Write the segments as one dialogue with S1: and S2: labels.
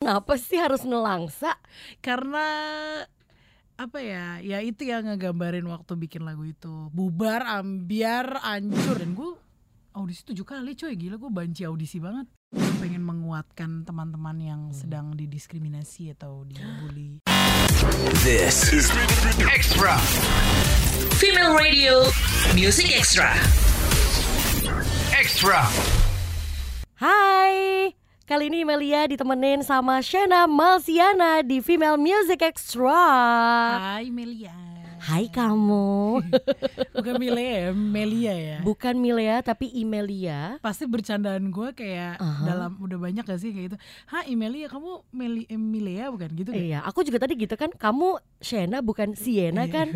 S1: kenapa sih harus nelangsa?
S2: karena apa ya ya itu yang ngegambarin waktu bikin lagu itu bubar ambiar ancur dan gue audisi tujuh kali coy gila gue banci audisi banget Gua pengen menguatkan teman-teman yang
S1: Hmm.
S2: sedang didiskriminasi atau dibully
S3: This is Extra.
S4: Female Radio Music Extra.
S3: Extra.
S1: Hai, kali ini Melia ditemenin sama Shena Malsiana di Female Music Extra.
S2: Hai Melia
S1: Ah. Hai kamu,
S2: bukan Melia ya Melia ya
S1: bukan Milea tapi Imelia.
S2: pasti bercandaan gue kayak
S1: Aha.
S2: dalam udah banyak gak sih kayak gitu ha Imelia kamu Meli Emilia bukan gitu kan
S1: Iya, aku juga tadi gitu kan. Kamu Shena bukan Siena kan?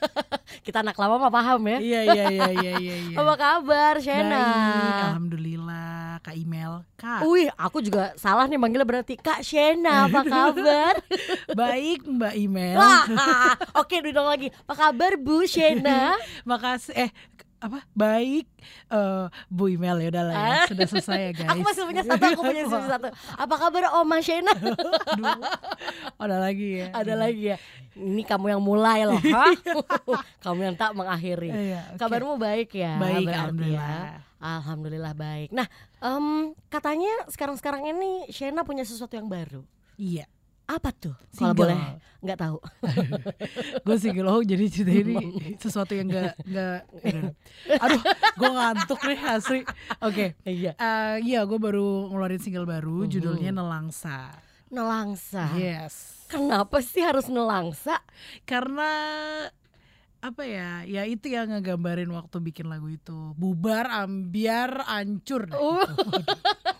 S1: Kita anak lama mah paham ya.
S2: iya iya iya iya iya iya.
S1: Apa kabar Shena?
S2: Baik, alhamdulillah Kak Imel Kak
S1: Wih, aku juga salah nih manggilnya berarti Kak Shena, apa kabar?
S2: Baik Mbak Imel.
S1: Wah, oke duduk lagi. Apa kabar Bu Shena?
S2: Makasih eh apa? Baik eh, Bu Imel ya udah lah ya.
S1: Ah.
S2: Sudah selesai ya guys.
S1: Aku masih punya satu, aku punya sisa satu. Apa kabar Oma Shena?
S2: Aduh. Oh, Ada lagi ya.
S1: Ada lagi ya. Ini kamu yang mulai loh, ha? kamu yang tak mengakhiri.
S2: Iya, oke.
S1: Kabarmu baik ya? berarti
S2: baik
S1: ya?
S2: alhamdulillah.
S1: Alhamdulillah baik. Nah, em, katanya sekarang-sekarang ini Shena punya sesuatu yang baru.
S2: Iya.
S1: Apa tuh? Kalau
S2: Single.
S1: boleh, nggak tahu.
S2: Gue single oh jadi cerita ini sesuatu yang gak gak Aduh, gue ngantuk nih asli. Oke.
S1: Iya.
S2: Eh, iya, gue baru ngeluarin single baru
S1: Mhm.
S2: judulnya Nelangsa.
S1: Nelangsa.
S2: Iya. Yes.
S1: Kenapa sih harus nelangsa?
S2: karena apa ya ya itu yang ngegambarin waktu bikin lagu itu bubar ambiar ancur dah
S1: Uh.
S2: gitu.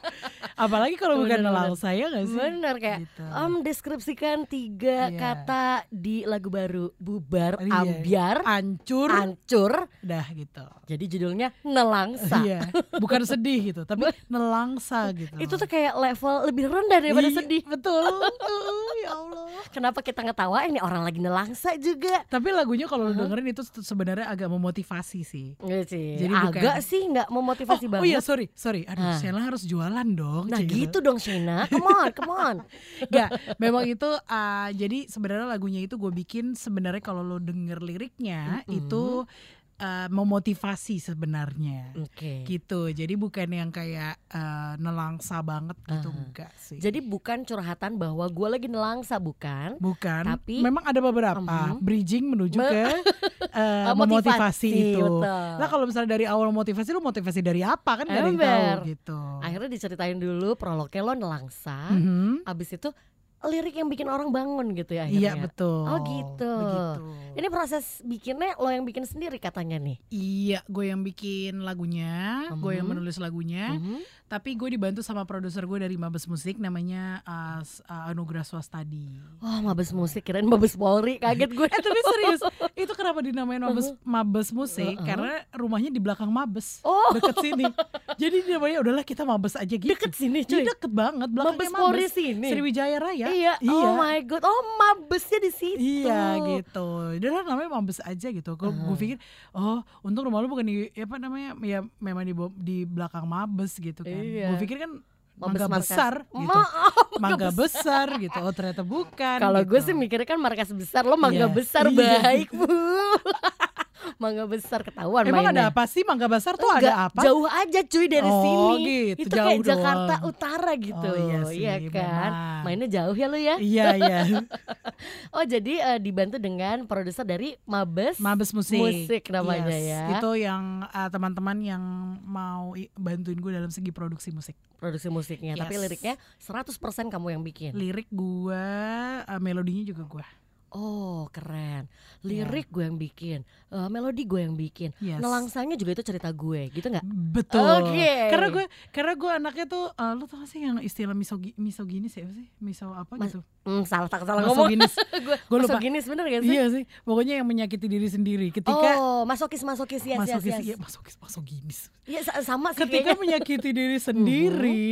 S2: apalagi kalau bukan
S1: Bener-bener.
S2: nelang saya nggak sih
S1: Bener kayak
S2: Gitu.
S1: Om deskripsikan tiga
S2: Iya.
S1: kata di lagu baru bubar,
S2: Iya.
S1: ambiar,
S2: ancur
S1: hancur.
S2: dah gitu
S1: Jadi judulnya nelangsa.
S2: iya bukan sedih gitu tapi nelangsa gitu
S1: Itu tuh kayak level lebih rendah daripada
S2: Iya,
S1: sedih.
S2: betul Uh, ya allah
S1: Kenapa kita ngetawain nih orang lagi nelangsa juga?
S2: tapi lagunya kalau lu
S1: Uh-huh.
S2: dengerin itu se- sebenarnya agak memotivasi sih
S1: Iya sih.
S2: Jadi bukan-
S1: agak sih nggak memotivasi
S2: oh,
S1: banget.
S2: oh iya sorry sorry aduh
S1: Ah.
S2: Sheila harus jualan dong
S1: Nah
S2: Cik,
S1: gitu dong Shena, come on, come on.
S2: Gak, memang itu uh, jadi sebenarnya lagunya itu gue bikin sebenarnya kalau lo denger liriknya
S1: Mm-mm.
S2: itu uh, memotivasi sebenarnya
S1: Oke.
S2: gitu. Jadi bukan yang kayak uh, nelangsa banget
S1: Aha.
S2: gitu enggak sih.
S1: Ah. Jadi bukan curhatan bahwa gue lagi nelangsa bukan?
S2: bukan,
S1: tapi-
S2: memang ada beberapa
S1: Mhm.
S2: bridging menuju
S1: Me-
S2: ke uh,
S1: Ah,
S2: memotivasi itu.
S1: betul.
S2: Nah kalau misalnya dari awal motivasi lo motivasi dari apa kan gak ada yang
S1: Ember.
S2: tahu gitu.
S1: Akhirnya diceritain dulu prolognya lo nelangsa.
S2: Mhm.
S1: Abis itu lirik yang bikin orang bangun gitu ya
S2: Iya
S1: akhirnya.
S2: betul.
S1: Oh, gitu.
S2: Begitu.
S1: Ini proses bikinnya lo yang bikin sendiri katanya nih.
S2: Iya, gue yang bikin lagunya, gue yang
S1: Mhm.
S2: menulis lagunya.
S1: Mhm.
S2: Tapi gue dibantu sama produser gue dari Mabes Musik, namanya uh, S- uh, Anugrah Swastadi.
S1: Wah mabes musik kirain mabes Polri kaget gue.
S2: Eh tapi serius, itu kenapa dinamain Mabes
S1: Mm-hmm.
S2: Mabes Musik?
S1: Uh-uh.
S2: Karena rumahnya di belakang Mabes,
S1: Oh
S2: deket sini. Jadi namanya udahlah kita Mabes aja gitu.
S1: deket sini
S2: Jadi
S1: cuy.
S2: deket banget, belakangnya
S1: Mabes
S2: Mabes,
S1: Polri sini.
S2: Sriwijaya Raya.
S1: Iya.
S2: Iya.
S1: Oh my god. Oh mabesnya di situ.
S2: Iya gitu. Udah namanya Mabes aja gitu. Gue
S1: Heeh.
S2: pikir, oh untung rumah lu bukan di apa namanya ya memang di bo- di belakang Mabes gitu kan.
S1: Iya.
S2: Gue pikir kan
S1: Mabes
S2: mangga
S1: Markas.
S2: besar gitu.
S1: Maaf.
S2: Mangga besar gitu. Oh ternyata bukan.
S1: Kalau gue sih
S2: gitu.
S1: mikirnya kan markas besar lo mangga
S2: Iya.
S1: besar
S2: Iya.
S1: baik bu. mangga besar ketahuan
S2: Emang
S1: mainnya.
S2: ada apa sih Mangga Besar tuh
S1: Enggak,
S2: ada apa?
S1: Jauh aja cuy dari
S2: Oh,
S1: sini.
S2: gitu,
S1: Itu kayak
S2: jauh doang.
S1: Jakarta Utara gitu.
S2: Oh, iya sih,
S1: kan?
S2: memang.
S1: Mainnya jauh ya lu ya.
S2: Iya iya.
S1: Oh, jadi eh, dibantu dengan produser dari Mabes.
S2: Mabes musik.
S1: Musik namanya ya.
S2: Itu yang eh, teman-teman yang mau i- bantuin gue dalam segi produksi musik.
S1: Produksi musiknya, tapi
S2: Yes.
S1: liriknya 100% kamu yang bikin.
S2: Lirik gue, eh, melodinya juga gue.
S1: Oh, keren. Lirik gue yang bikin, eh, melodi gue yang bikin.
S2: Yes.
S1: Nelangsanya juga itu cerita gue, gitu nggak?
S2: Betul.
S1: Oke.
S2: Karena gue karena gue anaknya tuh eh, lo tau gak sih yang istilah misogi misogini sih apa sih? Miso apa
S1: Mas-
S2: gitu.
S1: Hmm, salah tak salah ngomong.
S2: Misoginis.
S1: gue
S2: Gua lupa.
S1: gini sebenarnya gak sih?
S2: iya sih. Pokoknya yang menyakiti diri sendiri ketika
S1: oh, masokis masokis ya yes,
S2: masokis
S1: yes,
S2: iya
S1: yes.
S2: masokis misoginis.
S1: Iya, sa- sama sih kayaknya.
S2: Ketika
S1: Mm-hmm.
S2: menyakiti diri sendiri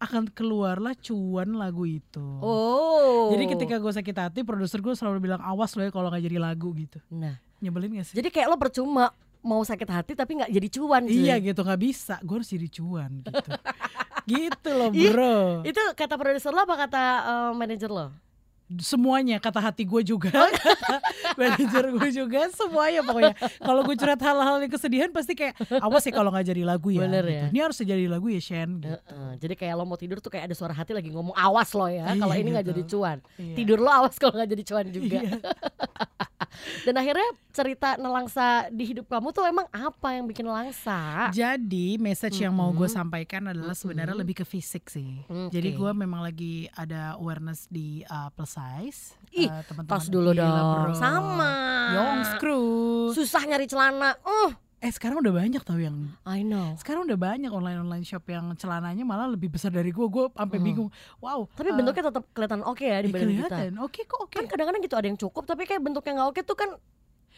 S2: akan keluarlah cuan lagu itu.
S1: Oh.
S2: Jadi ketika gue sakit hati, produser gue selalu bilang awas lo ya kalau nggak jadi lagu gitu.
S1: Nah,
S2: Nyebelin gak sih?
S1: jadi kayak lo percuma mau sakit hati tapi nggak jadi cuan cuy.
S2: Iya gitu nggak bisa, gue harus jadi cuan gitu. gitu loh
S1: Ih,
S2: bro
S1: Itu kata produser lo apa kata eh, manajer lo?
S2: semuanya kata hati gue juga
S1: Oh.
S2: kata manajer gue juga semuanya pokoknya kalau gue curhat hal-hal yang kesedihan pasti kayak awas ya kalau nggak jadi lagu ya,
S1: Bener
S2: gitu.
S1: ya. Eh,
S2: ini harus jadi lagu ya Shen gitu.
S1: Heeh, jadi kayak lo mau tidur tuh kayak ada suara hati lagi ngomong awas lo ya
S2: Iya,
S1: kalau ini nggak
S2: gitu.
S1: jadi cuan.
S2: Iya.
S1: Tidur lo awas kalau nggak jadi cuan juga.
S2: Iya.
S1: Dan akhirnya cerita nelangsa di hidup kamu tuh emang apa yang bikin nelangsa?
S2: Jadi message yang mau gue sampaikan adalah
S1: Mm-mm.
S2: sebenarnya lebih ke fisik sih.
S1: Oke.
S2: Jadi gue memang lagi ada awareness di uh, plus size.
S1: Ih,
S2: Uh, teman-teman.
S1: Pas dulu
S2: Gila,
S1: dong.
S2: bro.
S1: Sama.
S2: Yong screw.
S1: Susah nyari celana. Uh,
S2: Eh sekarang udah banyak tau yang
S1: I know.
S2: sekarang udah banyak online online shop yang celananya malah lebih besar dari gue. Gue sampai
S1: Mm.
S2: bingung. Wow.
S1: Tapi
S2: uh,
S1: bentuknya tetap kelihatan oke ya di
S2: eh,
S1: badan kita.
S2: kelihatan. Oke kok oke.
S1: Kan kadang-kadang gitu ada yang cukup tapi kayak bentuknya nggak oke tuh kan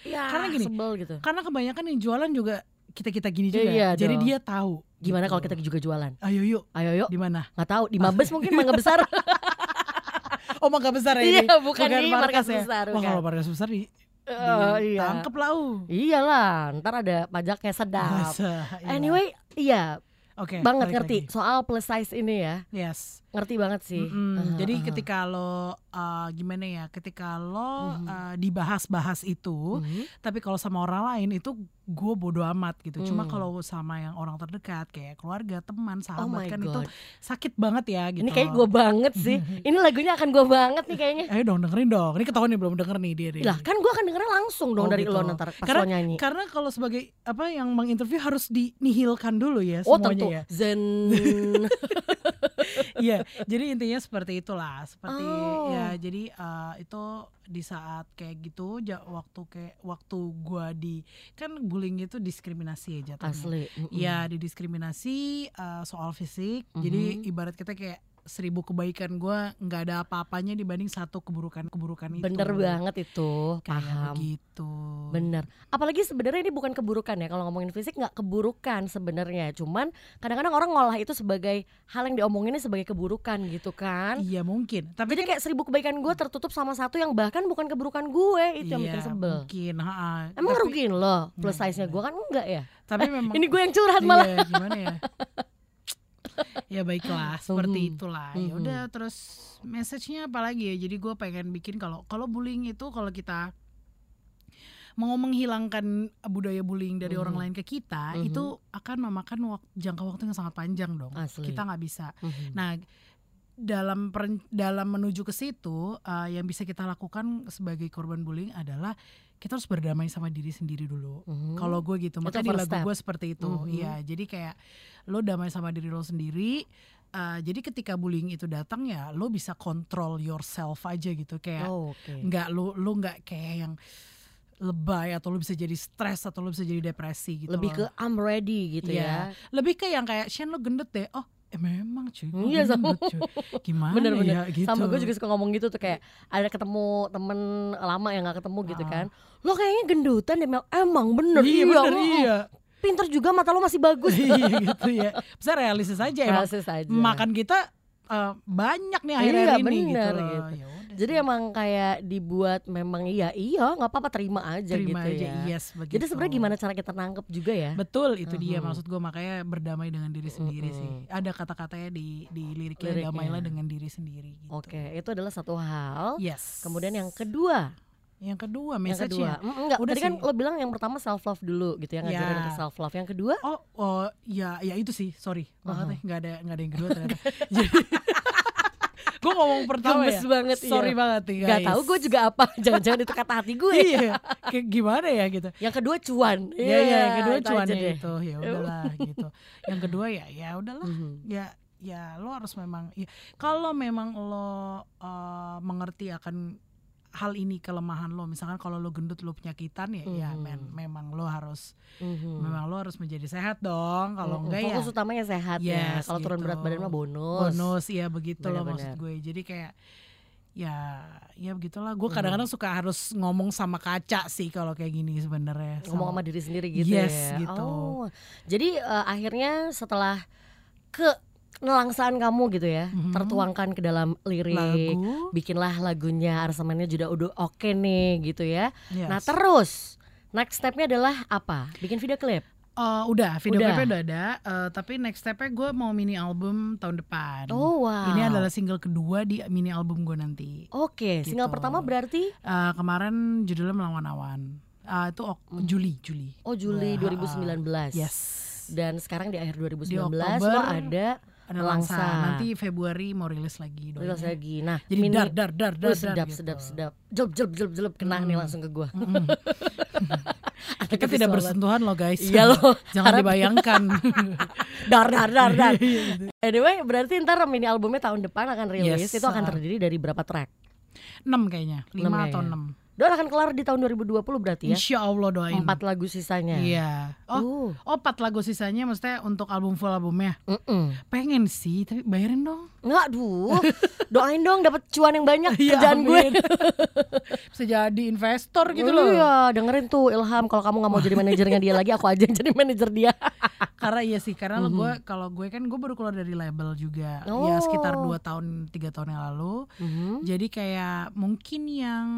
S1: ya
S2: Karena gini,
S1: sebel gitu.
S2: Karena kebanyakan yang jualan juga kita kita gini
S1: Iya,
S2: juga.
S1: iya
S2: Jadi
S1: dong.
S2: dia tahu.
S1: Gimana
S2: gitu.
S1: kalau kita juga jualan?
S2: Ayo yuk
S1: Ayo yuk,
S2: di mana?
S1: nggak tahu di Mabes mungkin mangga besar.
S2: Oh mangga besar ya ini?
S1: Iya, bukan di markas
S2: ya?
S1: besar,
S2: Wah
S1: bukan.
S2: kalau markas besar di
S1: Eh, iya.
S2: Tangkep lah uh.
S1: Iyalah, ntar ada pajaknya sedap.
S2: Masa, iya.
S1: Anyway, iya
S2: Oke,
S1: banget
S2: balik
S1: ngerti
S2: lagi.
S1: soal plus size ini ya.
S2: Yes.
S1: Ngerti Uh-huh, banget sih.
S2: Mm-mm.
S1: Aha,
S2: Jadi
S1: aha.
S2: ketika lo uh, gimana ya? Ketika lo
S1: Mhm.
S2: uh, dibahas-bahas itu,
S1: Mhm.
S2: tapi kalau sama orang lain itu gue bodo amat gitu. Cuma
S1: Hmm.
S2: kalau sama yang orang terdekat kayak keluarga, teman,
S1: Oh my
S2: sahabat kan itu
S1: god.
S2: sakit banget ya gitu.
S1: Ini kayak gue banget sih. Ini lagunya akan gue banget nih kayaknya.
S2: Ayo dong dengerin dong. Ini ketahuan nih belum denger nih dia nih.
S1: Lah kan gue akan dengernya langsung dong
S2: Iya. Oh,
S1: dari
S2: gitu.
S1: lo ntar pas
S2: Karena-
S1: lo
S2: kan
S1: nyanyi.
S2: Karena kalau sebagai apa yang menginterview harus dinihilkan dulu ya
S1: Oh
S2: semuanya
S1: tentu.
S2: ya.
S1: Zen.
S2: Iya, jadi intinya seperti itulah, seperti
S1: Oh.
S2: ya jadi eh, itu di saat kayak gitu ja- waktu kayak waktu gua di kan bullying itu diskriminasi ya jatuhnya.
S1: Asli. Hmm. mm-mm.
S2: Iya, didiskriminasi eh, soal fisik. Jadi
S1: Mhm.
S2: ibarat kita kayak seribu kebaikan gua nggak ada apa-apanya dibanding satu keburukan-keburukan itu.
S1: Bener banget itu.
S2: gitu. Kayak
S1: Paham.
S2: begitu.
S1: Bener. Apalagi sebenarnya ini bukan keburukan ya. Kalau ngomongin fisik nggak keburukan sebenarnya. Cuman kadang-kadang orang ngolah itu sebagai hal yang diomonginnya sebagai keburukan gitu kan.
S2: Iya mungkin, tapi
S1: Jadi kayak seribu kebaikan gue tertutup sama satu yang bahkan bukan keburukan gue itu gitu yang bikin
S2: Hmm. Iya,
S1: sebel.
S2: Mungkin, ha-ha.
S1: Emang
S2: Tapi- Iya,
S1: ngerugiin lo plus
S2: Enggak,
S1: size-nya gue kan enggak ya.
S2: Tapi memang
S1: Ini gue yang curhat malah.
S2: Iya, gimana ya? ya baiklah,
S1: Mhm.
S2: seperti itulah.
S1: Mhm.
S2: Ya udah terus message-nya apa lagi ya? Jadi gue pengen bikin kalau kalau bullying itu kalau kita mau menghilangkan budaya bullying dari orang
S1: Mhm.
S2: lain ke kita
S1: Mhm.
S2: itu akan memakan waktu jangka waktu yang sangat panjang dong.
S1: Asli.
S2: Kita nggak bisa.
S1: Mhm.
S2: Nah, dalam peren- dalam menuju ke situ eh, yang bisa kita lakukan sebagai korban bullying adalah kita harus berdamai sama diri sendiri dulu.
S1: Mhm.
S2: Kalau gue
S1: Itu
S2: gitu, makanya di
S1: first
S2: lagu
S1: step.
S2: gue seperti itu.
S1: Mhm.
S2: Iya, jadi kayak lo damai sama diri lo sendiri. Eh, jadi ketika bullying itu datang ya, lo bisa kontrol yourself aja gitu. Kayak
S1: Oh, oke.
S2: nggak lo lo nggak kayak yang lebay atau lo bisa jadi stres atau lo bisa jadi depresi gitu.
S1: Lebih
S2: loh.
S1: ke I'm ready gitu
S2: Iya. lebih ke yang kayak Shen lo gendut deh. Oh, eh, memang cuy. gua
S1: Iya, sama.
S2: gendut, cuy. Gimana
S1: ya. Bener-bener.
S2: ya gitu.
S1: Sama gue juga suka ngomong gitu tuh kayak ada ketemu temen lama yang nggak ketemu gitu kan. Lo kayaknya gendutan deh Mel. Emang bener
S2: Ah. Iya, bener,
S1: mm-mm.
S2: iya.
S1: Pinter juga mata lo masih bagus.
S2: iya gitu ya. Bisa realistis aja emang
S1: Rasis aja.
S2: makan kita eh, banyak nih akhir-akhir
S1: Iya,
S2: ini gitu.
S1: bener,
S2: loh.
S1: gitu.
S2: Ya udah
S1: Jadi
S2: sih,
S1: emang kayak dibuat memang iya iya nggak apa-apa terima aja
S2: terima
S1: gitu
S2: aja iya.
S1: ya.
S2: yes begitu.
S1: Jadi sebenarnya gimana cara kita nangkep juga ya?
S2: Betul itu dia
S1: Mhm.
S2: maksud gue makanya berdamai dengan diri sendiri
S1: Mhm.
S2: sih. Ada kata-katanya di di liriknya,
S1: Liriknya.
S2: damailah dengan diri sendiri gitu.
S1: Oke, itu adalah satu hal.
S2: Yes.
S1: Kemudian yang kedua,
S2: yang kedua
S1: yang kedua,
S2: message-nya.
S1: Mm, enggak,
S2: Udah
S1: tadi kan
S2: sih.
S1: lo bilang yang pertama self love dulu gitu ya ngajarin
S2: Ya.
S1: ke self love. Yang kedua,
S2: Oh, oh, ya ya itu sih, sorry.
S1: Aha.
S2: Banget ya, nggak ada nggak ada yang kedua ternyata. Jadi gue ngomong pertama
S1: gemes
S2: ya.
S1: banget. iya.
S2: Sorry banget nih guys.
S1: Gak tahu gue juga ya. apa, jangan-jangan itu kata hati gue.
S2: iya, kayak gimana ya gitu.
S1: Yang kedua cuan.
S2: Ya ya, yang kedua
S1: Iya, itu aja
S2: cuannya
S1: deh.
S2: itu ya udahlah gitu. Yang kedua ya ya udahlah.
S1: Mhm.
S2: Ya ya lo harus memang ya, kalau memang lo eh, mengerti akan hal ini kelemahan lo misalkan kalau lo gendut lo penyakitan ya ya
S1: Mhm.
S2: men- memang lo harus
S1: Mhm.
S2: memang lo harus menjadi sehat dong kalau
S1: Mhm.
S2: enggak ya
S1: Fokus utamanya sehat ya.
S2: Yes,
S1: Kalau turun
S2: gitu.
S1: berat badan mah bonus.
S2: bonus ya begitu loh
S1: Benar-benar.
S2: maksud gue jadi kayak ya ya begitulah
S1: Mhm.
S2: gue kadang-kadang suka harus ngomong sama kaca sih kalau kayak gini sebenarnya
S1: Ngomong sama
S2: Sama-
S1: diri sendiri gitu
S2: Yes,
S1: ya.
S2: gitu.
S1: Oh. Jadi eh, akhirnya setelah ke nelangsaan kamu gitu ya,
S2: Mhm.
S1: tertuangkan ke dalam lirik.
S2: lagu
S1: Bikinlah lagunya, aransemennya juga udah oke nih gitu ya.
S2: yes.
S1: Nah, terus next stepnya adalah apa? Bikin video klip.
S2: Eh, udah, video
S1: Udah.
S2: klipnya udah ada. Eh, tapi next stepnya gue mau mini album tahun depan.
S1: Oh wow.
S2: Mm-hmm. Ini adalah single kedua di mini album gue nanti.
S1: Oke, single
S2: Gitu.
S1: pertama berarti
S2: Eh, kemarin judulnya melawan awan. Eh, itu ok-
S1: Hmm.
S2: Juli, Juli.
S1: oh Juli
S2: Gua,
S1: 2019.
S2: eh, yes.
S1: Dan sekarang di akhir 2019
S2: Oktober,
S1: lo ada
S2: Ada
S1: Langsa.
S2: langsa. Nanti Februari mau rilis lagi. doain
S1: rilis
S2: ya.
S1: lagi. Nah,
S2: Jadi
S1: mini-
S2: dar dar dar dar.
S1: Wih, sedap,
S2: dar gitu. Hmm.
S1: sedap, sedap. Jelp, jelp, jelp, jelp. Kena nih langsung ke gua.
S2: Mm-mm. Kita
S1: Aktivis
S2: tidak
S1: sholat.
S2: bersentuhan loh guys.
S1: Iya loh.
S2: Jangan
S1: Harap-
S2: dibayangkan.
S1: Dar, dar, dar, dar. anyway, berarti ntar mini albumnya tahun depan akan rilis.
S2: Iya, gitu. Yes,
S1: Itu akan
S2: ah.
S1: terdiri dari berapa track?
S2: 6 kayaknya, 5
S1: Enam
S2: atau
S1: kayaknya.
S2: 6.
S1: Don akan kelar di tahun 2020 berarti ya?
S2: Insya Allah doain.
S1: Empat lagu sisanya.
S2: Iya.
S1: Oh.
S2: Oh, oh, empat lagu sisanya maksudnya untuk album full albumnya.
S1: Mm-mm.
S2: Pengen sih, tapi bayarin dong.
S1: Nggak, duh. Doain dong dapat cuan yang banyak
S2: Iya,
S1: kerjaan gue.
S2: amin. Bisa jadi investor gitu
S1: Iya,
S2: loh.
S1: Iya, dengerin tuh Ilham kalau kamu nggak mau jadi manajernya dia lagi, aku aja yang jadi manajer dia.
S2: Karena iya sih, karena lo gue kalau gue kan gue baru keluar dari label juga.
S1: Mhm. Oh.
S2: Ya sekitar 2 tahun, 3 tahun yang lalu.
S1: Hmm.
S2: Jadi kayak mungkin yang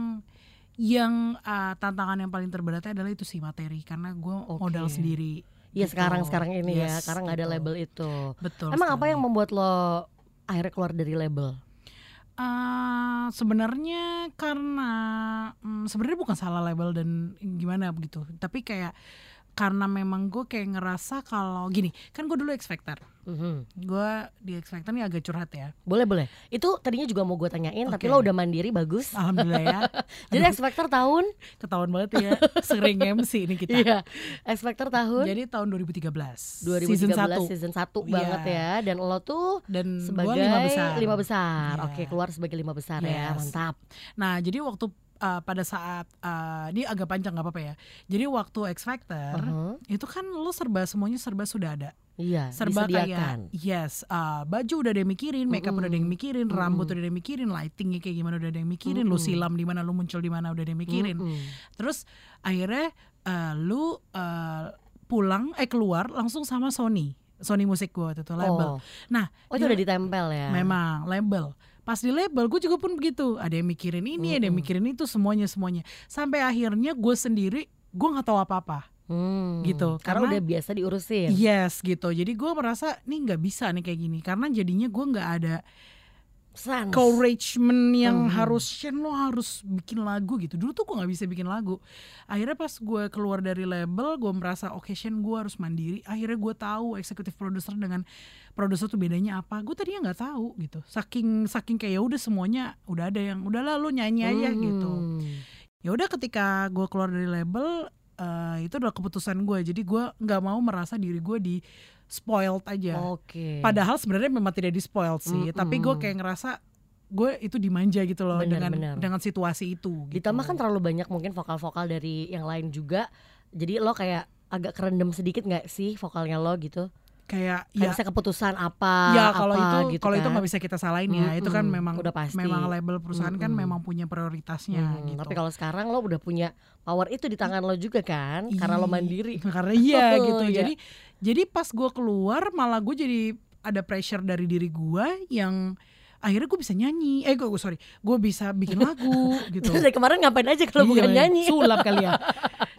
S2: yang uh, tantangan yang paling terberatnya adalah itu sih materi karena gue
S1: Oke.
S2: modal sendiri.
S1: Iya,
S2: gitu.
S1: sekarang-sekarang ini ya,
S2: Yes,
S1: karena nggak ada
S2: gitu.
S1: label itu.
S2: Betul.
S1: Emang apa
S2: sekali.
S1: yang membuat lo akhirnya keluar dari label?
S2: Eh, sebenarnya karena mm, sebenarnya bukan salah label dan gimana begitu tapi kayak karena memang gue kayak ngerasa kalau gini kan gue dulu X Factor Mm-hmm.
S1: Mhm.
S2: gue di X Factor ini agak curhat ya
S1: Boleh boleh. Itu tadinya juga mau gue tanyain, tapi
S2: Oke.
S1: lo udah mandiri bagus.
S2: alhamdulillah ya
S1: Jadi X Factor tahun?
S2: ketahuan banget ya sering MC ini kita
S1: Iya. X Factor tahun
S2: jadi tahun 2013
S1: 2013
S2: season
S1: season
S2: 1
S1: satu
S2: Iya.
S1: banget ya. Dan lo tuh
S2: dan gue
S1: sebagai
S2: lima besar
S1: lima besar.
S2: Iya.
S1: Oke, keluar sebagai lima besar ya.
S2: Yes.
S1: Mantap.
S2: Nah, jadi waktu uh, pada saat uh, ini agak panjang nggak apa-apa ya. Jadi waktu X Factor
S1: Uh-huh.
S2: itu kan lu serba semuanya serba sudah ada,
S1: Iya,
S2: serba
S1: disediakan.
S2: kayak yes, uh, baju udah ada yang mikirin, makeup udah ada yang mikirin, rambut udah ada yang mikirin, lightingnya kayak gimana udah ada yang mikirin, lu silam di mana, lu muncul di mana udah ada yang mikirin.
S1: Mm-mm.
S2: Terus akhirnya uh, lu uh, pulang eh keluar langsung sama Sony, Sony musik gua waktu itu
S1: Oh.
S2: label. Nah,
S1: Oh, itu udah ditempel ya.
S2: Memang label. Pas di label gue juga pun begitu. Ada yang mikirin ini, ada yang mikirin itu, semuanya semuanya. Sampai akhirnya gue sendiri gue nggak tahu apa-apa.
S1: Hmm.
S2: Gitu,
S1: Karena,
S2: karena-
S1: udah biasa diurusin.
S2: Yes gitu. Jadi gue merasa nih nggak bisa nih kayak gini. Karena jadinya gue nggak ada
S1: Sans.
S2: encouragement yang harus Shen lo harus bikin lagu gitu. Dulu tuh gue nggak bisa bikin lagu. Akhirnya pas gue keluar dari label, gue merasa oke Shen gue harus mandiri. Akhirnya gue tahu eksekutif produser dengan produser tuh bedanya apa. Gue tadinya nggak tahu gitu. Saking saking kayak ya udah semuanya udah ada yang udahlah lo nyanyi aja
S1: Hmm.
S2: gitu. Ya udah ketika gue keluar dari label eh, itu udah keputusan gue. Jadi gue nggak mau merasa diri gue di spoiled aja.
S1: Oh, Oke.
S2: Padahal sebenarnya memang tidak di spoil sih,
S1: Mm-mm.
S2: tapi gue kayak ngerasa gue itu dimanja gitu loh
S1: Benar,
S2: dengan
S1: benar.
S2: dengan situasi itu. Gitu.
S1: Ditambah kan terlalu banyak mungkin vokal-vokal dari yang lain juga. Jadi lo kayak agak kerendam sedikit nggak sih vokalnya lo gitu? Kayak
S2: kayak ya
S1: bisa keputusan apa?
S2: ya kalau
S1: apa
S2: itu
S1: gitu
S2: kalau itu
S1: kan.
S2: nggak bisa kita salahin ya, itu kan
S1: Mm-mm,
S2: memang
S1: udah pasti.
S2: memang label perusahaan kan
S1: Mm-mm.
S2: memang punya prioritasnya
S1: Hmm,
S2: gitu.
S1: Tapi kalau sekarang lo udah punya power itu di tangan lo juga kan? Karena lo
S2: Ih,
S1: mandiri.
S2: Karena iya gitu.
S1: Iya.
S2: Jadi jadi pas gue keluar malah gue jadi ada pressure dari diri gue yang akhirnya gue bisa nyanyi. Eh gue gue- sorry, gue bisa bikin lagu gitu.
S1: Dari kemarin ngapain aja kalau
S2: Iya,
S1: bukan
S2: iya.
S1: nyanyi? Uh-huh.
S2: sulap kali ya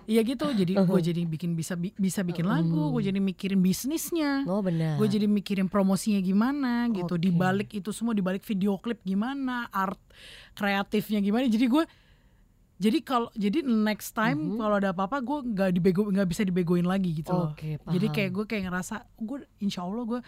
S2: iya gitu jadi gue jadi bikin bisa bi- bisa bikin
S1: Hmm.
S2: lagu gue jadi mikirin bisnisnya
S1: Oh benar.
S2: gue jadi mikirin promosinya gimana gitu
S1: Oke.
S2: dibalik itu semua dibalik video klip gimana art kreatifnya gimana jadi gue jadi kalau jadi next time
S1: Uh-huh.
S2: kalau ada apa-apa gue nggak dibego nggak bisa dibegoin lagi gitu loh
S1: Oke,
S2: jadi
S1: Oh, paham.
S2: kayak gue kayak ngerasa gue insya allah gue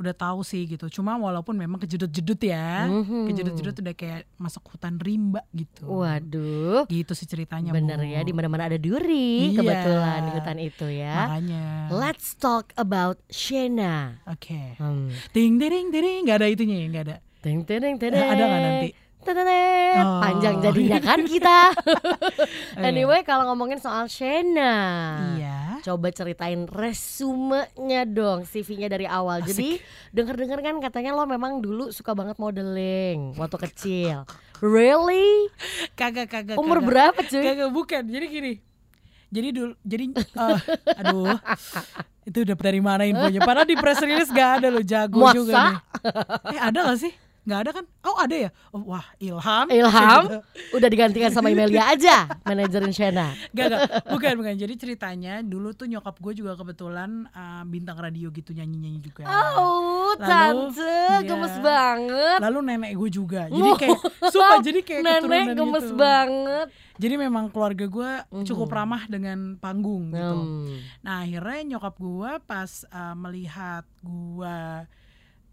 S2: udah tahu sih gitu cuma walaupun memang kejedut-jedut ya
S1: Mhm.
S2: kejedut-jedut udah kayak masuk hutan rimba gitu
S1: Waduh.
S2: gitu sih ceritanya
S1: Bener
S2: Bu.
S1: ya, di mana-mana ada duri
S2: Iya.
S1: kebetulan di hutan itu ya.
S2: makanya
S1: Let's talk about Shena.
S2: oke
S1: Hmm.
S2: ting ting ting nggak ada itunya ya nggak ada
S1: Teng teng teng
S2: Eh, ada nggak nanti?
S1: Teng-teng-teng.
S2: Oh.
S1: Panjang jadinya kan kita.
S2: Oke.
S1: anyway, kalau ngomongin soal Shena.
S2: Eh, iya
S1: Coba ceritain resumenya dong, CV-nya dari awal. Jadi denger-denger kan katanya lo memang dulu suka banget modeling waktu kecil. Really?
S2: kagak kagak
S1: Umur
S2: kagak.
S1: berapa cuy?
S2: kagak bukan jadi gini jadi dulu jadi eh, aduh itu udah dari mana infonya padahal di press release gak ada loh jago
S1: Masa?
S2: juga nih eh ada gak sih nggak ada kan oh ada ya oh, wah Ilham
S1: Ilham udah digantikan sama Imelia aja manajerin Shena.
S2: Gak, gak, bukan, bukan. Jadi ceritanya dulu tuh nyokap gue juga kebetulan eh, bintang radio gitu nyanyi-nyanyi juga.
S1: Oh,
S2: Lalu,
S1: tante
S2: iya.
S1: gemes banget.
S2: Lalu nenek gue juga. Jadi kayak, sumpah jadi kayak
S1: nenek
S2: keturunan
S1: gemes
S2: gitu.
S1: banget. Mhm.
S2: Jadi memang keluarga gue cukup ramah dengan panggung gitu.
S1: Hmm.
S2: Nah akhirnya nyokap gue pas eh, melihat gue,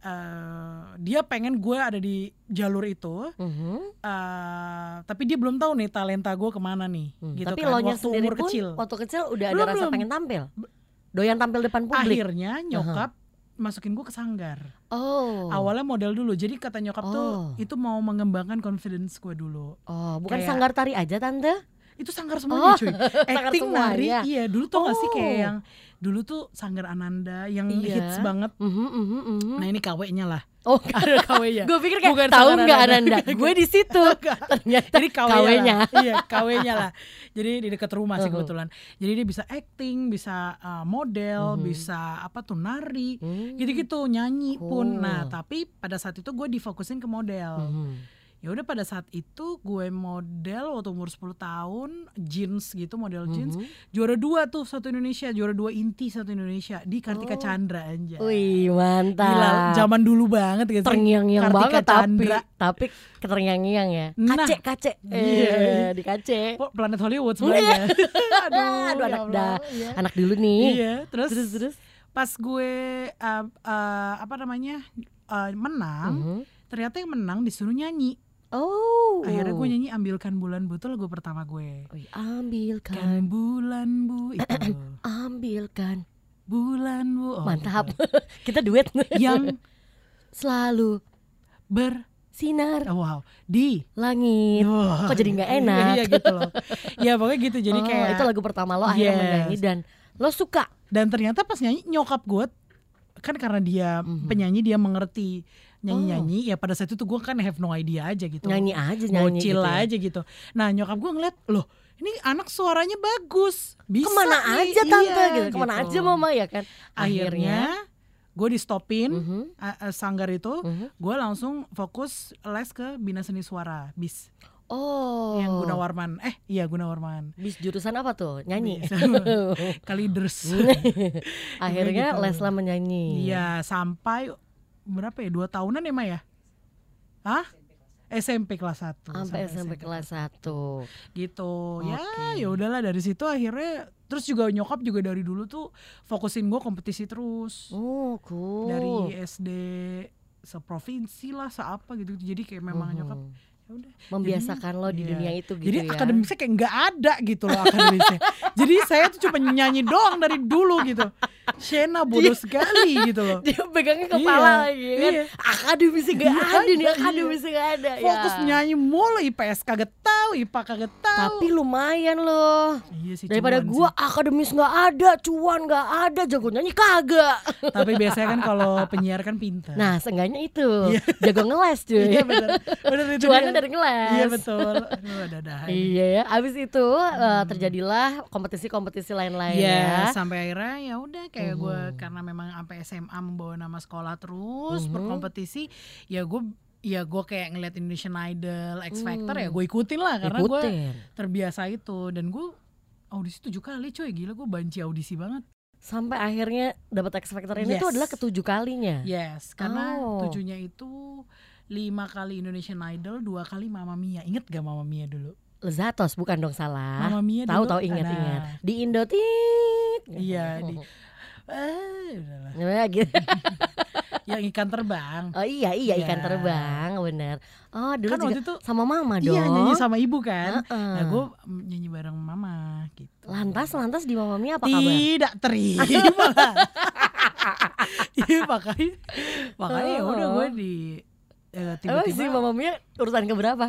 S2: eh, dia pengen gue ada di jalur itu.
S1: Mhm.
S2: eh, tapi dia belum tahu nih talenta gue kemana nih.
S1: Hmm.
S2: Gitu
S1: Tapi
S2: kan.
S1: lo nya
S2: Waktu
S1: sendiri
S2: umur
S1: pun
S2: kecil.
S1: waktu kecil udah ada
S2: Belum,
S1: rasa
S2: belum.
S1: pengen tampil. Doyan tampil depan publik.
S2: akhirnya nyokap masukin gue ke sanggar.
S1: Oh.
S2: Awalnya model dulu. Jadi kata nyokap tuh
S1: Oh.
S2: itu mau mengembangkan confidence gue dulu.
S1: Oh, bukan
S2: kayak-
S1: sanggar tari aja tante?
S2: Itu sanggar
S1: Oh,
S2: semuanya cuy.
S1: sanggar
S2: Acting
S1: semuanya.
S2: nari iya. Dulu tuh nggak sih kayak
S1: Oh.
S2: yang dulu tuh sanggar Ananda yang
S1: Iya.
S2: hits banget.
S1: Mhm, mhm, mhm.
S2: Nah, ini KW-nya lah.
S1: Oh,
S2: Ada KW-nya.
S1: gue pikir kayak
S2: Bukan
S1: tahu
S2: sanggar
S1: nggak
S2: Ananda."
S1: Ananda? Gue di situ. Ternyata
S2: Jadi KW-nya.
S1: KW-nya.
S2: lah. Iya, KW-nya lah. Jadi di dekat rumah sih
S1: Uhuh.
S2: kebetulan. Jadi dia bisa acting, bisa uh, model,
S1: Mhm.
S2: bisa apa tuh nari.
S1: Hmm. Oh.
S2: Gitu-gitu nyanyi
S1: Cool.
S2: pun. Nah, tapi pada saat itu gue difokusin ke model.
S1: Mhm.
S2: ya udah pada saat itu gue model waktu umur 10 tahun jeans gitu model jeans
S1: Mhm.
S2: juara dua tuh satu Indonesia juara dua inti satu Indonesia di Kartika
S1: Oh.
S2: Chandra aja
S1: Wih mantap.
S2: Iya. gila zaman dulu banget gitu
S1: terngiang-ngiang banget
S2: Chandra
S1: tapi tapi keternyang-ngiang ya.
S2: Nah.
S1: Kace kace. Eh,
S2: Iya.
S1: di kace.
S2: Kok Planet Hollywood sebenarnya aduh,
S1: Iya. Aduh,
S2: ya
S1: anak
S2: Allah,
S1: dah.
S2: iya.
S1: Anak dulu nih.
S2: iya terus,
S1: Terus terus.
S2: pas gue uh, uh, apa namanya uh, menang
S1: Mhm.
S2: ternyata yang menang disuruh nyanyi
S1: Oh.
S2: akhirnya gue nyanyi ambilkan bulan bu itu lagu pertama gue
S1: Wih, ambilkan,
S2: kan bulan bu itu
S1: ambilkan.
S2: bulan bu Oh,
S1: Mantap. Kita duet
S2: yang
S1: selalu
S2: bersinar
S1: sinar
S2: oh, wow di
S1: langit.
S2: Wah,
S1: Kok jadi nggak
S2: iya,
S1: enak?
S2: iya gitu loh ya pokoknya gitu jadi
S1: Oh,
S2: kayak
S1: itu lagu pertama lo akhirnya
S2: Yes.
S1: menyanyi dan lo suka.
S2: dan ternyata pas nyanyi nyokap gue kan karena dia
S1: Mhm. Oh.
S2: penyanyi dia mengerti nyanyi nyanyi ya pada saat itu gue kan have no idea aja gitu
S1: Nyanyi aja nyanyi
S2: Bocil
S1: gitu. ya.
S2: aja gitu nah nyokap gue ngeliat loh ini anak suaranya bagus bisa
S1: Kemana
S2: nih."
S1: aja tante
S2: Iya,
S1: gitu. Kemana aja mama ya kan. Akhirnya.
S2: akhirnya gue di stopin
S1: Mhm.
S2: sanggar itu
S1: Mhm.
S2: gue langsung fokus les ke bina seni suara bis
S1: Oh.
S2: yang Gunawarman eh iya Gunawarman
S1: Bis jurusan apa tuh? Nyanyi.
S2: Bis. Kaliders
S1: Akhirnya
S2: Gitu.
S1: Lesla menyanyi.
S2: iya sampai berapa ya dua tahunan ya Maya Hah? SMP kelas 1
S1: Sampai SMP kelas 1.
S2: gitu ya
S1: Oke.
S2: ya udahlah dari situ akhirnya terus juga nyokap juga dari dulu tuh fokusin gue kompetisi terus
S1: Oh, cool.
S2: dari SD seprovinsi lah seapa gitu jadi kayak memang
S1: Mhm.
S2: nyokap ya udah
S1: membiasakan lo di
S2: Iya.
S1: dunia itu gitu
S2: Jadi
S1: ya.
S2: akademisnya kayak nggak ada gitu loh akademisnya. Jadi saya tuh cuma nyanyi doang dari dulu gitu. Shena bodoh sekali gitu loh.
S1: dia pegangnya kepala
S2: Iya,
S1: lagi Iya. kan.
S2: iya.
S1: Akademisnya gak
S2: Nggak
S1: ada nih,
S2: ada,
S1: akademisnya gak ada. ya.
S2: Fokus nyanyi mulu IPS kagak tahu, IPA kagak tahu.
S1: Tapi lumayan loh.
S2: iya sih,
S1: Daripada
S2: cuan
S1: gua
S2: sih.
S1: akademis nggak ada, cuan nggak ada, jago nyanyi kagak.
S2: Tapi biasanya kan kalau penyiar kan pintar.
S1: Nah, seenggaknya itu jago ngeles cuy.
S2: iya benar. Benar itu.
S1: Cuannya
S2: dia.
S1: dari ngeles.
S2: Iya betul. Aduh, ada ada.
S1: Iya ya, abis itu eh, terjadilah kompetisi-kompetisi lain-lain
S2: Iya,
S1: ya. Oh.
S2: sampai akhirnya ya udah kayak gue karena memang sampai SMA membawa nama sekolah terus
S1: Mhm.
S2: berkompetisi, ya gue ya gue kayak ngeliat Indonesian Idol, X Factor ya gue ikutin lah karena gue
S1: Hmm. Ikutin.
S2: terbiasa itu dan gue audisi tujuh kali coy gila gue banci audisi banget.
S1: Sampai akhirnya dapat X Factor ini
S2: Yes. Iya.
S1: tuh adalah ketujuh kalinya.
S2: Yes, karena
S1: Oh.
S2: tujuhnya itu lima kali Indonesian Idol, dua kali Mama Mia. Ingat gak Mama Mia dulu?
S1: Lezatos bukan dong salah.
S2: Mamma Mia
S1: tahu
S2: dulu
S1: tahu ingat
S2: ada.
S1: ingat di Indo tit.
S2: Iya di eh, udahlah.
S1: Ya, gitu.
S2: yang ikan terbang.
S1: Oh iya iya ikan
S2: Iya.
S1: terbang bener. Oh dulu
S2: Kan
S1: juga
S2: waktu itu
S1: sama mama dong.
S2: Iya nyanyi sama ibu kan.
S1: Heeh.
S2: Nah gue nyanyi bareng mama gitu.
S1: Lantas lantas di Mamma Mia apa kabar?
S2: tidak terima. Iya makanya makanya ya udah gue di eh,
S1: Emang sih
S2: tiba-tiba
S1: Mamma Oh, Mia urutan keberapa?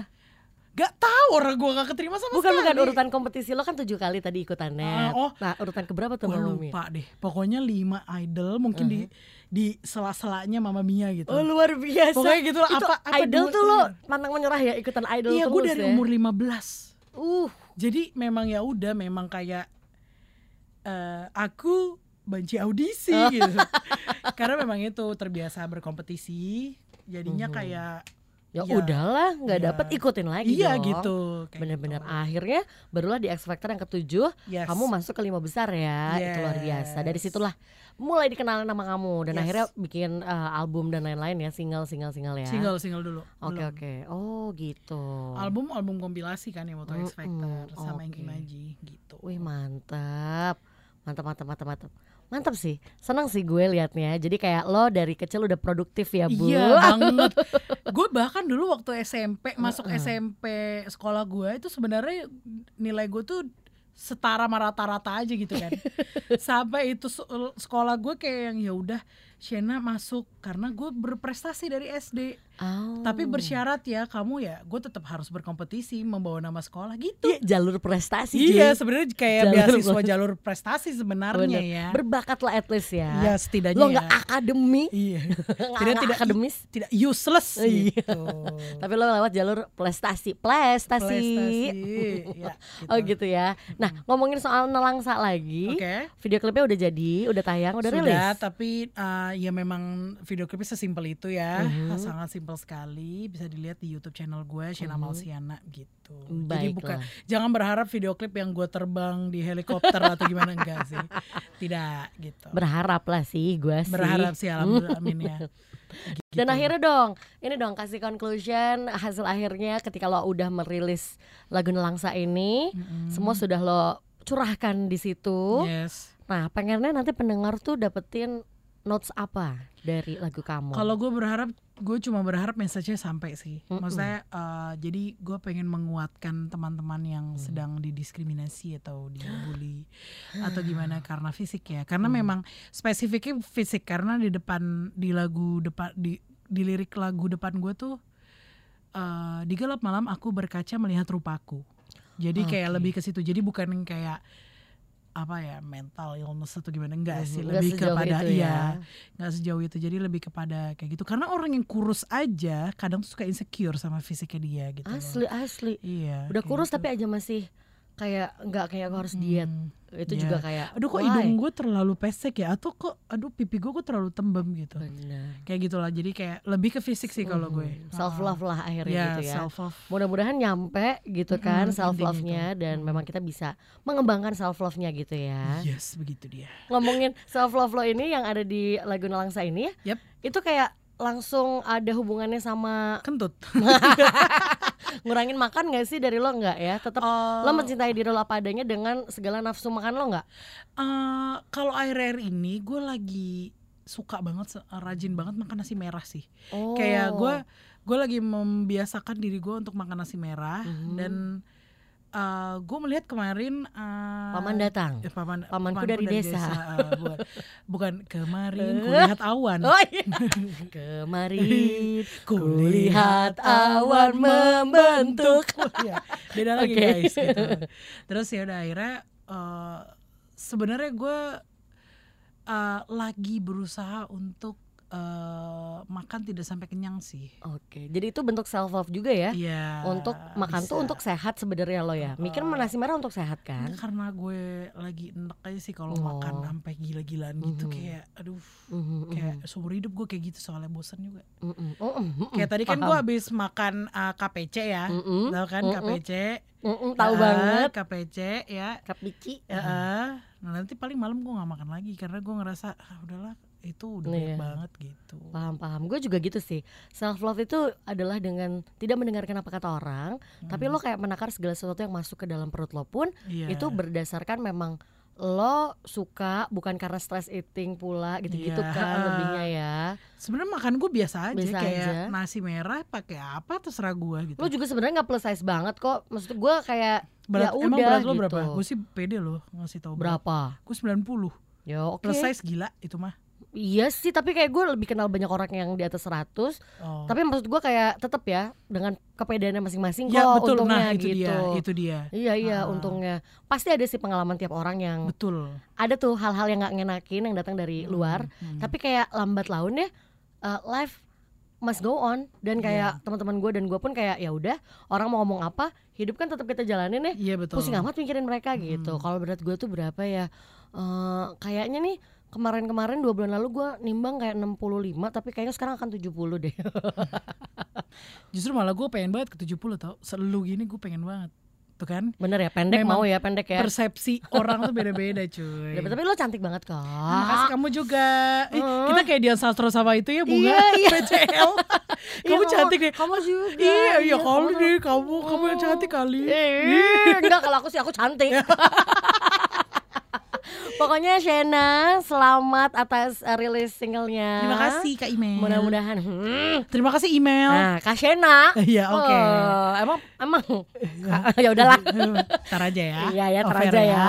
S2: gak tahu orang gue gak keterima sama
S1: Bukan
S2: sekali.
S1: bukan urutan kompetisi lo kan tujuh kali tadi ikutannya.
S2: Ah, oh.
S1: Nah urutan keberapa tuh
S2: Gue
S1: Mamma Mia?
S2: lupa deh. Pokoknya lima idol mungkin di di sela-selanya mama mia gitu.
S1: Uh-huh. Oh luar biasa.
S2: Pokoknya gitu lah,
S1: Itu
S2: apa- apa
S1: idol
S2: dua
S1: tuh lo
S2: kali?
S1: pantang menyerah ya ikutan idol
S2: Iya gue
S1: terus
S2: dari
S1: ya?
S2: umur 15
S1: Uh
S2: Jadi memang ya udah memang kayak eh, aku benci
S1: Oh. Hmm.
S2: audisi gitu. Karena memang itu terbiasa berkompetisi, jadinya kayak
S1: ya
S2: Iya.
S1: udahlah nggak
S2: Iya.
S1: dapet ikutin lagi
S2: iya
S1: dong.
S2: gitu kayak
S1: bener-bener
S2: gitu.
S1: akhirnya barulah di X Factor yang ketujuh
S2: Yes.
S1: kamu masuk ke lima besar ya itu luar biasa dari
S2: Yes.
S1: situlah mulai dikenalin nama kamu dan
S2: Yes.
S1: akhirnya bikin eh, album dan lain-lain ya single single single ya
S2: single single dulu
S1: oke
S2: belum.
S1: oke oh gitu
S2: album album kompilasi kan yang waktu X Factor
S1: Mm-mm,
S2: sama yang
S1: oke.
S2: Kimaji gitu
S1: wih mantap mantap mantap mantap mantap mantap sih senang sih gue liatnya jadi kayak lo dari kecil udah produktif ya bu
S2: Iya banget. gue bahkan dulu waktu SMP masuk SMP sekolah gue itu sebenarnya nilai gue tuh setara sama rata-rata aja gitu kan. Sampai itu se- sekolah gue kayak yang ya udah Shena masuk karena gue berprestasi dari SD.
S1: Oh.
S2: Tapi bersyarat ya kamu ya gue tetap harus berkompetisi membawa nama sekolah gitu.
S1: Iya, jalur prestasi
S2: Iya
S1: Ji.
S2: sebenarnya kayak
S1: Jalur
S2: beasiswa
S1: buat-
S2: jalur prestasi sebenarnya
S1: Bener.
S2: ya.
S1: berbakat lah at least ya
S2: Iya setidaknya
S1: lo nggak
S2: ya.
S1: akademi
S2: Iya.
S1: tidak tidak akademis
S2: tidak useless
S1: Iya.
S2: gitu.
S1: tapi lo lewat jalur prestasi prestasi,
S2: ya,
S1: oh gitu ya nah ngomongin soal nelangsa lagi
S2: Hmm. Oke.
S1: video klipnya udah jadi udah tayang udah
S2: Sudah,
S1: rilis
S2: tapi eh, ya memang video klipnya sesimpel itu ya,
S1: Mhm.
S2: sangat simpel sekali. Bisa dilihat di YouTube channel gue, Shena
S1: Mhm.
S2: Malsiana gitu. Jadi
S1: Hmm. Baiklah.
S2: bukan, jangan berharap video klip yang gue terbang di helikopter atau gimana enggak sih, tidak gitu.
S1: berharap lah sih gue sih
S2: Berharap sih, alhamdulillah, amin ya.
S1: dan
S2: Gitu.
S1: akhirnya dong ini dong kasih conclusion hasil akhirnya ketika lo udah merilis lagu nelangsa ini
S2: Mhm.
S1: semua sudah lo curahkan di situ
S2: Yes.
S1: nah pengennya nanti pendengar tuh dapetin notes apa dari lagu kamu
S2: Kalau gue berharap, gue cuma berharap message-nya sampai sih.
S1: Mm-mm.
S2: Maksudnya, eh, jadi gue pengen menguatkan teman-teman yang sedang didiskriminasi atau dibully atau gimana karena fisik ya.
S1: Mm.
S2: Karena memang spesifiknya fisik karena di depan di lagu depan di di lirik lagu depan gue tuh eh, di gelap malam aku berkaca melihat rupaku. Jadi kayak
S1: Oke.
S2: lebih ke situ. Jadi bukan yang kayak apa ya mental illness atau gimana enggak sih
S1: Nggak
S2: lebih
S1: Mm-hmm. sejauh
S2: kepada
S1: itu ya.
S2: iya nggak sejauh itu jadi lebih kepada kayak gitu karena orang yang kurus aja kadang tuh suka insecure sama fisiknya dia gitu loh.
S1: asli asli
S2: iya
S1: udah
S2: kayak
S1: kurus
S2: gitu.
S1: tapi aja masih kayak nggak kayak gue harus diet
S2: Hmm.
S1: itu
S2: Iya.
S1: juga kayak
S2: aduh kok
S1: why?
S2: hidung gue terlalu pesek ya atau kok aduh pipi gue kok terlalu tembem gitu
S1: Bener.
S2: kayak gitulah jadi kayak lebih ke fisik sih kalau gue
S1: Hmm, self love lah akhirnya
S2: ya
S1: gitu ya
S2: self love
S1: mudah-mudahan nyampe gitu kan
S2: Mm-mm,
S1: self
S2: penting
S1: love nya dan memang kita bisa mengembangkan self love nya gitu ya
S2: yes begitu dia
S1: ngomongin self love lo ini yang ada di lagu nelangsa ini ya
S2: Yep.
S1: itu kayak langsung ada hubungannya sama
S2: kentut
S1: ngurangin makan gak sih dari lo nggak ya tetap lo
S2: Eh,
S1: mencintai diri lo apa adanya dengan segala nafsu makan lo nggak
S2: eh, kalau akhir-akhir ini gue lagi suka banget se- rajin banget makan nasi merah sih
S1: oh.
S2: kayak gue gue lagi membiasakan diri gue untuk makan nasi merah
S1: Mhm.
S2: dan gue melihat kemarin eh,
S1: paman datang
S2: eh, paman
S1: Pamanku
S2: pamanku
S1: dari desa. Eh.
S2: eh, bukan, bukan kemarin ku lihat awan
S1: Oh iya. Kemarin kulihat
S2: Kulihat
S1: awan
S2: awan
S1: membentuk.
S2: Iya, beda lagi
S1: Oke.
S2: guys gitu. terus ya udah akhirnya eh, sebenarnya gue eh, lagi berusaha untuk eh, makan tidak sampai kenyang sih
S1: Oke, jadi itu bentuk self love juga ya.
S2: Iya.
S1: Untuk makan tuh
S2: bisa. Iya.
S1: untuk sehat sebenarnya lo ya. Mikir
S2: Oh.
S1: nasi merah untuk sehat kan?
S2: Ini karena gue lagi enak aja sih kalau
S1: Oh.
S2: makan sampai gila-gilaan gitu
S1: Mhm.
S2: kayak aduh
S1: Mhm,
S2: kayak seumur hidup gue kayak gitu soalnya bosen juga.
S1: mhm, mhm, mhm, mhm,
S2: kayak tadi kan
S1: paham.
S2: gue habis makan uh, KPC ya.
S1: Mhm,
S2: Tahu kan
S1: Mhm.
S2: KPC?
S1: mhm, tahu
S2: Ah,
S1: banget. Hmm.
S2: KPC ya.
S1: Kepici.
S2: Ya, ah. Nah, nanti paling malam gue nggak makan lagi karena gue ngerasa ah, udahlah itu udah
S1: Iya.
S2: banyak banget gitu.
S1: Paham paham. Gue juga gitu sih. Self love itu adalah dengan tidak mendengarkan apa kata orang,
S2: Hmm,
S1: tapi lo kayak menakar segala sesuatu yang masuk ke dalam perut lo pun
S2: Iya.
S1: itu berdasarkan memang lo suka bukan karena stress eating pula gitu-gitu
S2: Iya,
S1: kan
S2: ha-ha.
S1: lebihnya ya.
S2: Sebenarnya makan gue biasa aja
S1: Biasa
S2: kayak
S1: aja.
S2: nasi merah pakai apa terserah gue gitu.
S1: Lo juga sebenarnya nggak plus size banget kok. Maksud gue kayak ya
S2: Berat, emang
S1: udah
S2: berat lo
S1: gitu.
S2: berapa? Gue sih pede loh ngasih tau
S1: berapa?
S2: Gue 90
S1: Ya oke.
S2: Plus size gila itu mah
S1: Iya sih, tapi kayak gue lebih kenal banyak orang yang di atas 100
S2: oh.
S1: Tapi maksud gue kayak tetap ya dengan kepedeannya masing-masing
S2: Ya
S1: kok
S2: betul
S1: untungnya
S2: nah itu
S1: gitu.
S2: dia Itu dia
S1: Iya iya
S2: Ah.
S1: untungnya pasti ada sih pengalaman tiap orang yang
S2: Betul
S1: ada tuh hal-hal yang nggak ngenakin yang datang dari luar
S2: Hmm.
S1: tapi kayak lambat laun ya eh, life must go on dan
S2: Iya.
S1: kayak teman-teman gue dan gue pun kayak ya udah orang mau ngomong apa hidup kan tetap kita jalanin ya
S2: Iya betul
S1: pusing amat mikirin mereka gitu kalau berat gue tuh berapa ya Eh, kayaknya nih kemarin-kemarin dua bulan lalu gue nimbang kayak 65 tapi kayaknya sekarang akan 70 deh
S2: Justru malah gue pengen banget ke 70 tau Selalu gini gue pengen banget Tuh kan
S1: bener ya pendek mau
S2: Memang
S1: ya pendek ya
S2: Persepsi orang tuh beda-beda
S1: Ya,
S2: cuy
S1: tapi lo cantik banget kok
S2: Terima kasih kamu juga Ih,
S1: Heeh.
S2: Kita kayak Dian Sastro sama itu ya bunga
S1: Oh. Iya, iya.
S2: PCL Kamu
S1: Iya,
S2: cantik deh
S1: kamu juga
S2: Iya, iya kali
S1: kamu-
S2: deh kamu, kamu yang cantik kali.
S1: Eh, enggak kalau aku sih aku cantik.
S2: Iya.
S1: Pokoknya Shena, selamat atas eh, rilis singlenya.
S2: Terima kasih Kak Imel.
S1: Mudah-mudahan. Hmm.
S2: Terima kasih email.
S1: Nah, Kak Shena.
S2: Iya, oke.
S1: Eh, emang emang ya udahlah.
S2: Ntar aja ya.
S1: Iya ya,
S2: Off
S1: ntar
S2: air
S1: aja ya.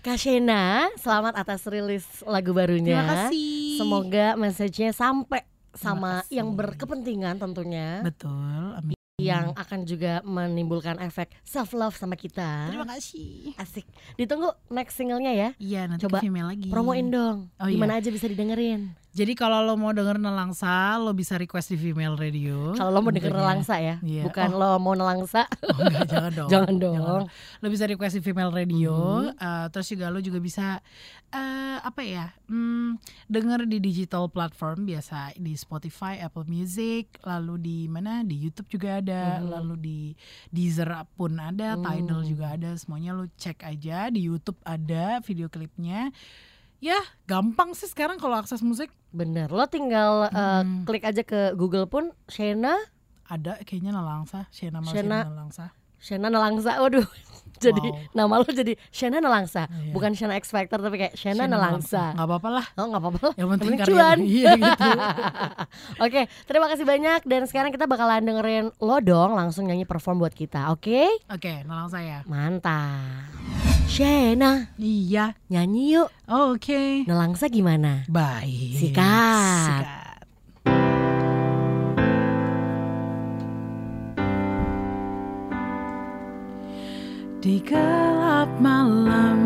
S1: Kak Shena, selamat atas rilis lagu barunya.
S2: Terima kasih.
S1: Ya. Semoga message-nya sampai sama
S2: kasih.
S1: yang berkepentingan tentunya
S2: Betul. Amin.
S1: yang akan juga menimbulkan efek self love sama kita.
S2: Terima kasih.
S1: Asik. Ditunggu next singlenya ya.
S2: Iya, nanti
S1: Coba
S2: ke email lagi.
S1: Promoin dong.
S2: Oh, iya.
S1: Gimana aja bisa didengerin.
S2: Jadi kalau lo mau denger nelangsa, lo bisa request di female radio.
S1: Kalau lo mau denger
S2: Tentunya.
S1: nelangsa ya,
S2: Iya.
S1: bukan lo mau nelangsa.
S2: Oh, enggak, jangan dong.
S1: Jangan dong.
S2: Lo bisa request di female radio. eh, terus juga lo juga bisa eh apa ya? Hmm, dengar di digital platform biasa di Spotify, Apple Music, lalu di mana? Di YouTube juga ada,
S1: Mm-hmm.
S2: lalu di Deezer pun ada,
S1: Mm.
S2: Tidal juga ada. Semuanya lo cek aja di YouTube ada video klipnya. Ya, gampang sih sekarang kalau akses musik
S1: Bener, lo tinggal eh,
S2: Hmm.
S1: klik aja ke Google pun Shena,
S2: ada kayaknya nelangsa, Shena
S1: Shena.
S2: Malsina nelangsa.
S1: Shena Nelangsa. Waduh. jadi nama lo jadi Shena Nelangsa,
S2: Iya.
S1: bukan Shena X Factor tapi kayak Shena, Nelangsa.
S2: Gak apa-apa lah.
S1: Oh nggak apa-apa.
S2: Yang penting
S1: cuan.
S2: karyanya. Iya gitu.
S1: Oke, terima kasih banyak dan sekarang kita bakalan dengerin lo dong langsung nyanyi perform buat kita, oke?
S2: Oke, nolong saya.
S1: Mantap. Shena,
S2: Iya,
S1: nyanyi yuk.
S2: oke.
S1: Nelangsa gimana?
S2: Baik.
S1: Sikat.
S2: Sikat. Di gelap malam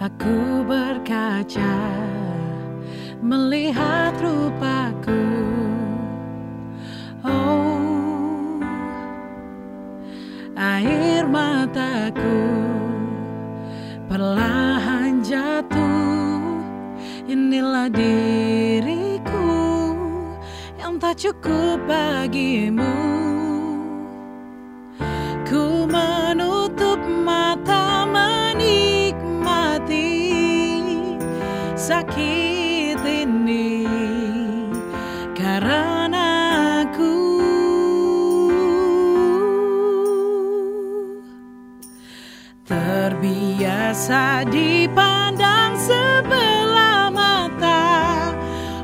S2: Aku berkaca Melihat rupaku Oh Air mataku Perlahan jatuh Inilah diriku Yang tak cukup bagimu Ku menutup mata menikmati sakit ini karena aku terbiasa dipandang sebelah mata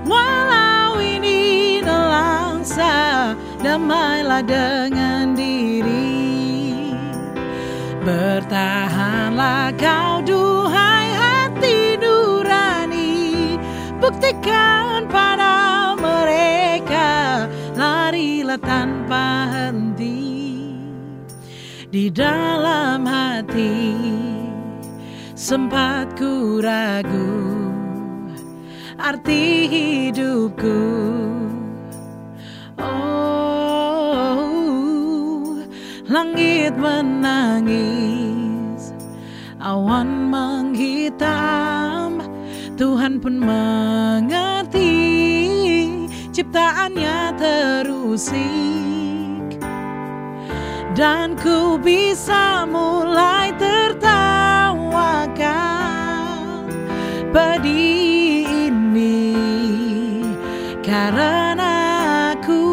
S2: walau ini nelangsa damailah dengan diri bertahanlah kau duhai hati nurani buktikan pada mereka larilah tanpa henti di dalam hati sempat ku ragu arti hidupku oh langit menangis awan menghitam Tuhan pun mengerti ciptaannya terusik dan ku bisa mulai tertawakan pedih ini karena aku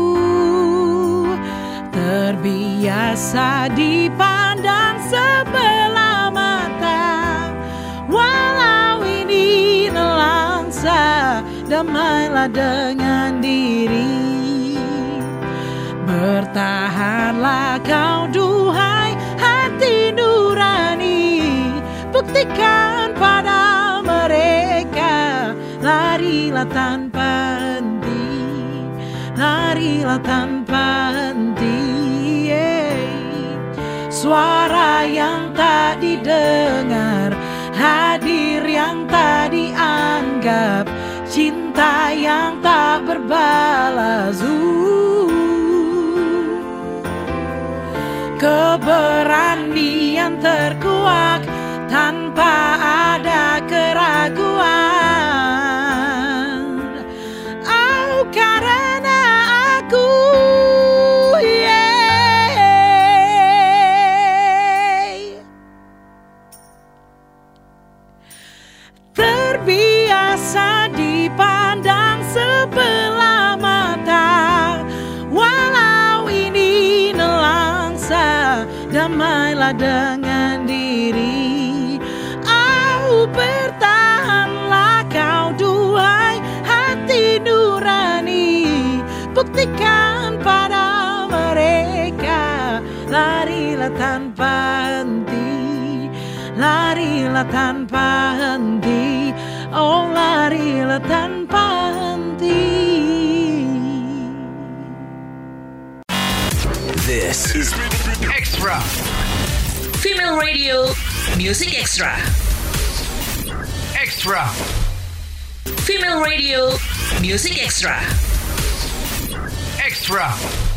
S2: terbiasa dipandang sebelah mata walau ini nelangsa damailah dengan diri Bertahanlah kau duhai hati nurani Buktikan pada mereka Larilah tanpa henti Larilah tanpa henti yeah. Suara yang tak didengar Hadir yang tak dianggap Cinta yang tak berbalas Uh, Keberanian terkuak Tanpa ada keraguan damailah dengan diri Au bertahanlah kau duhai hati nurani Buktikan pada mereka Larilah tanpa henti Larilah tanpa henti Oh larilah tanpa henti
S3: This is Extra.
S4: Female Radio Music Extra.
S3: Extra.
S4: Female Radio Music Extra.
S3: Extra.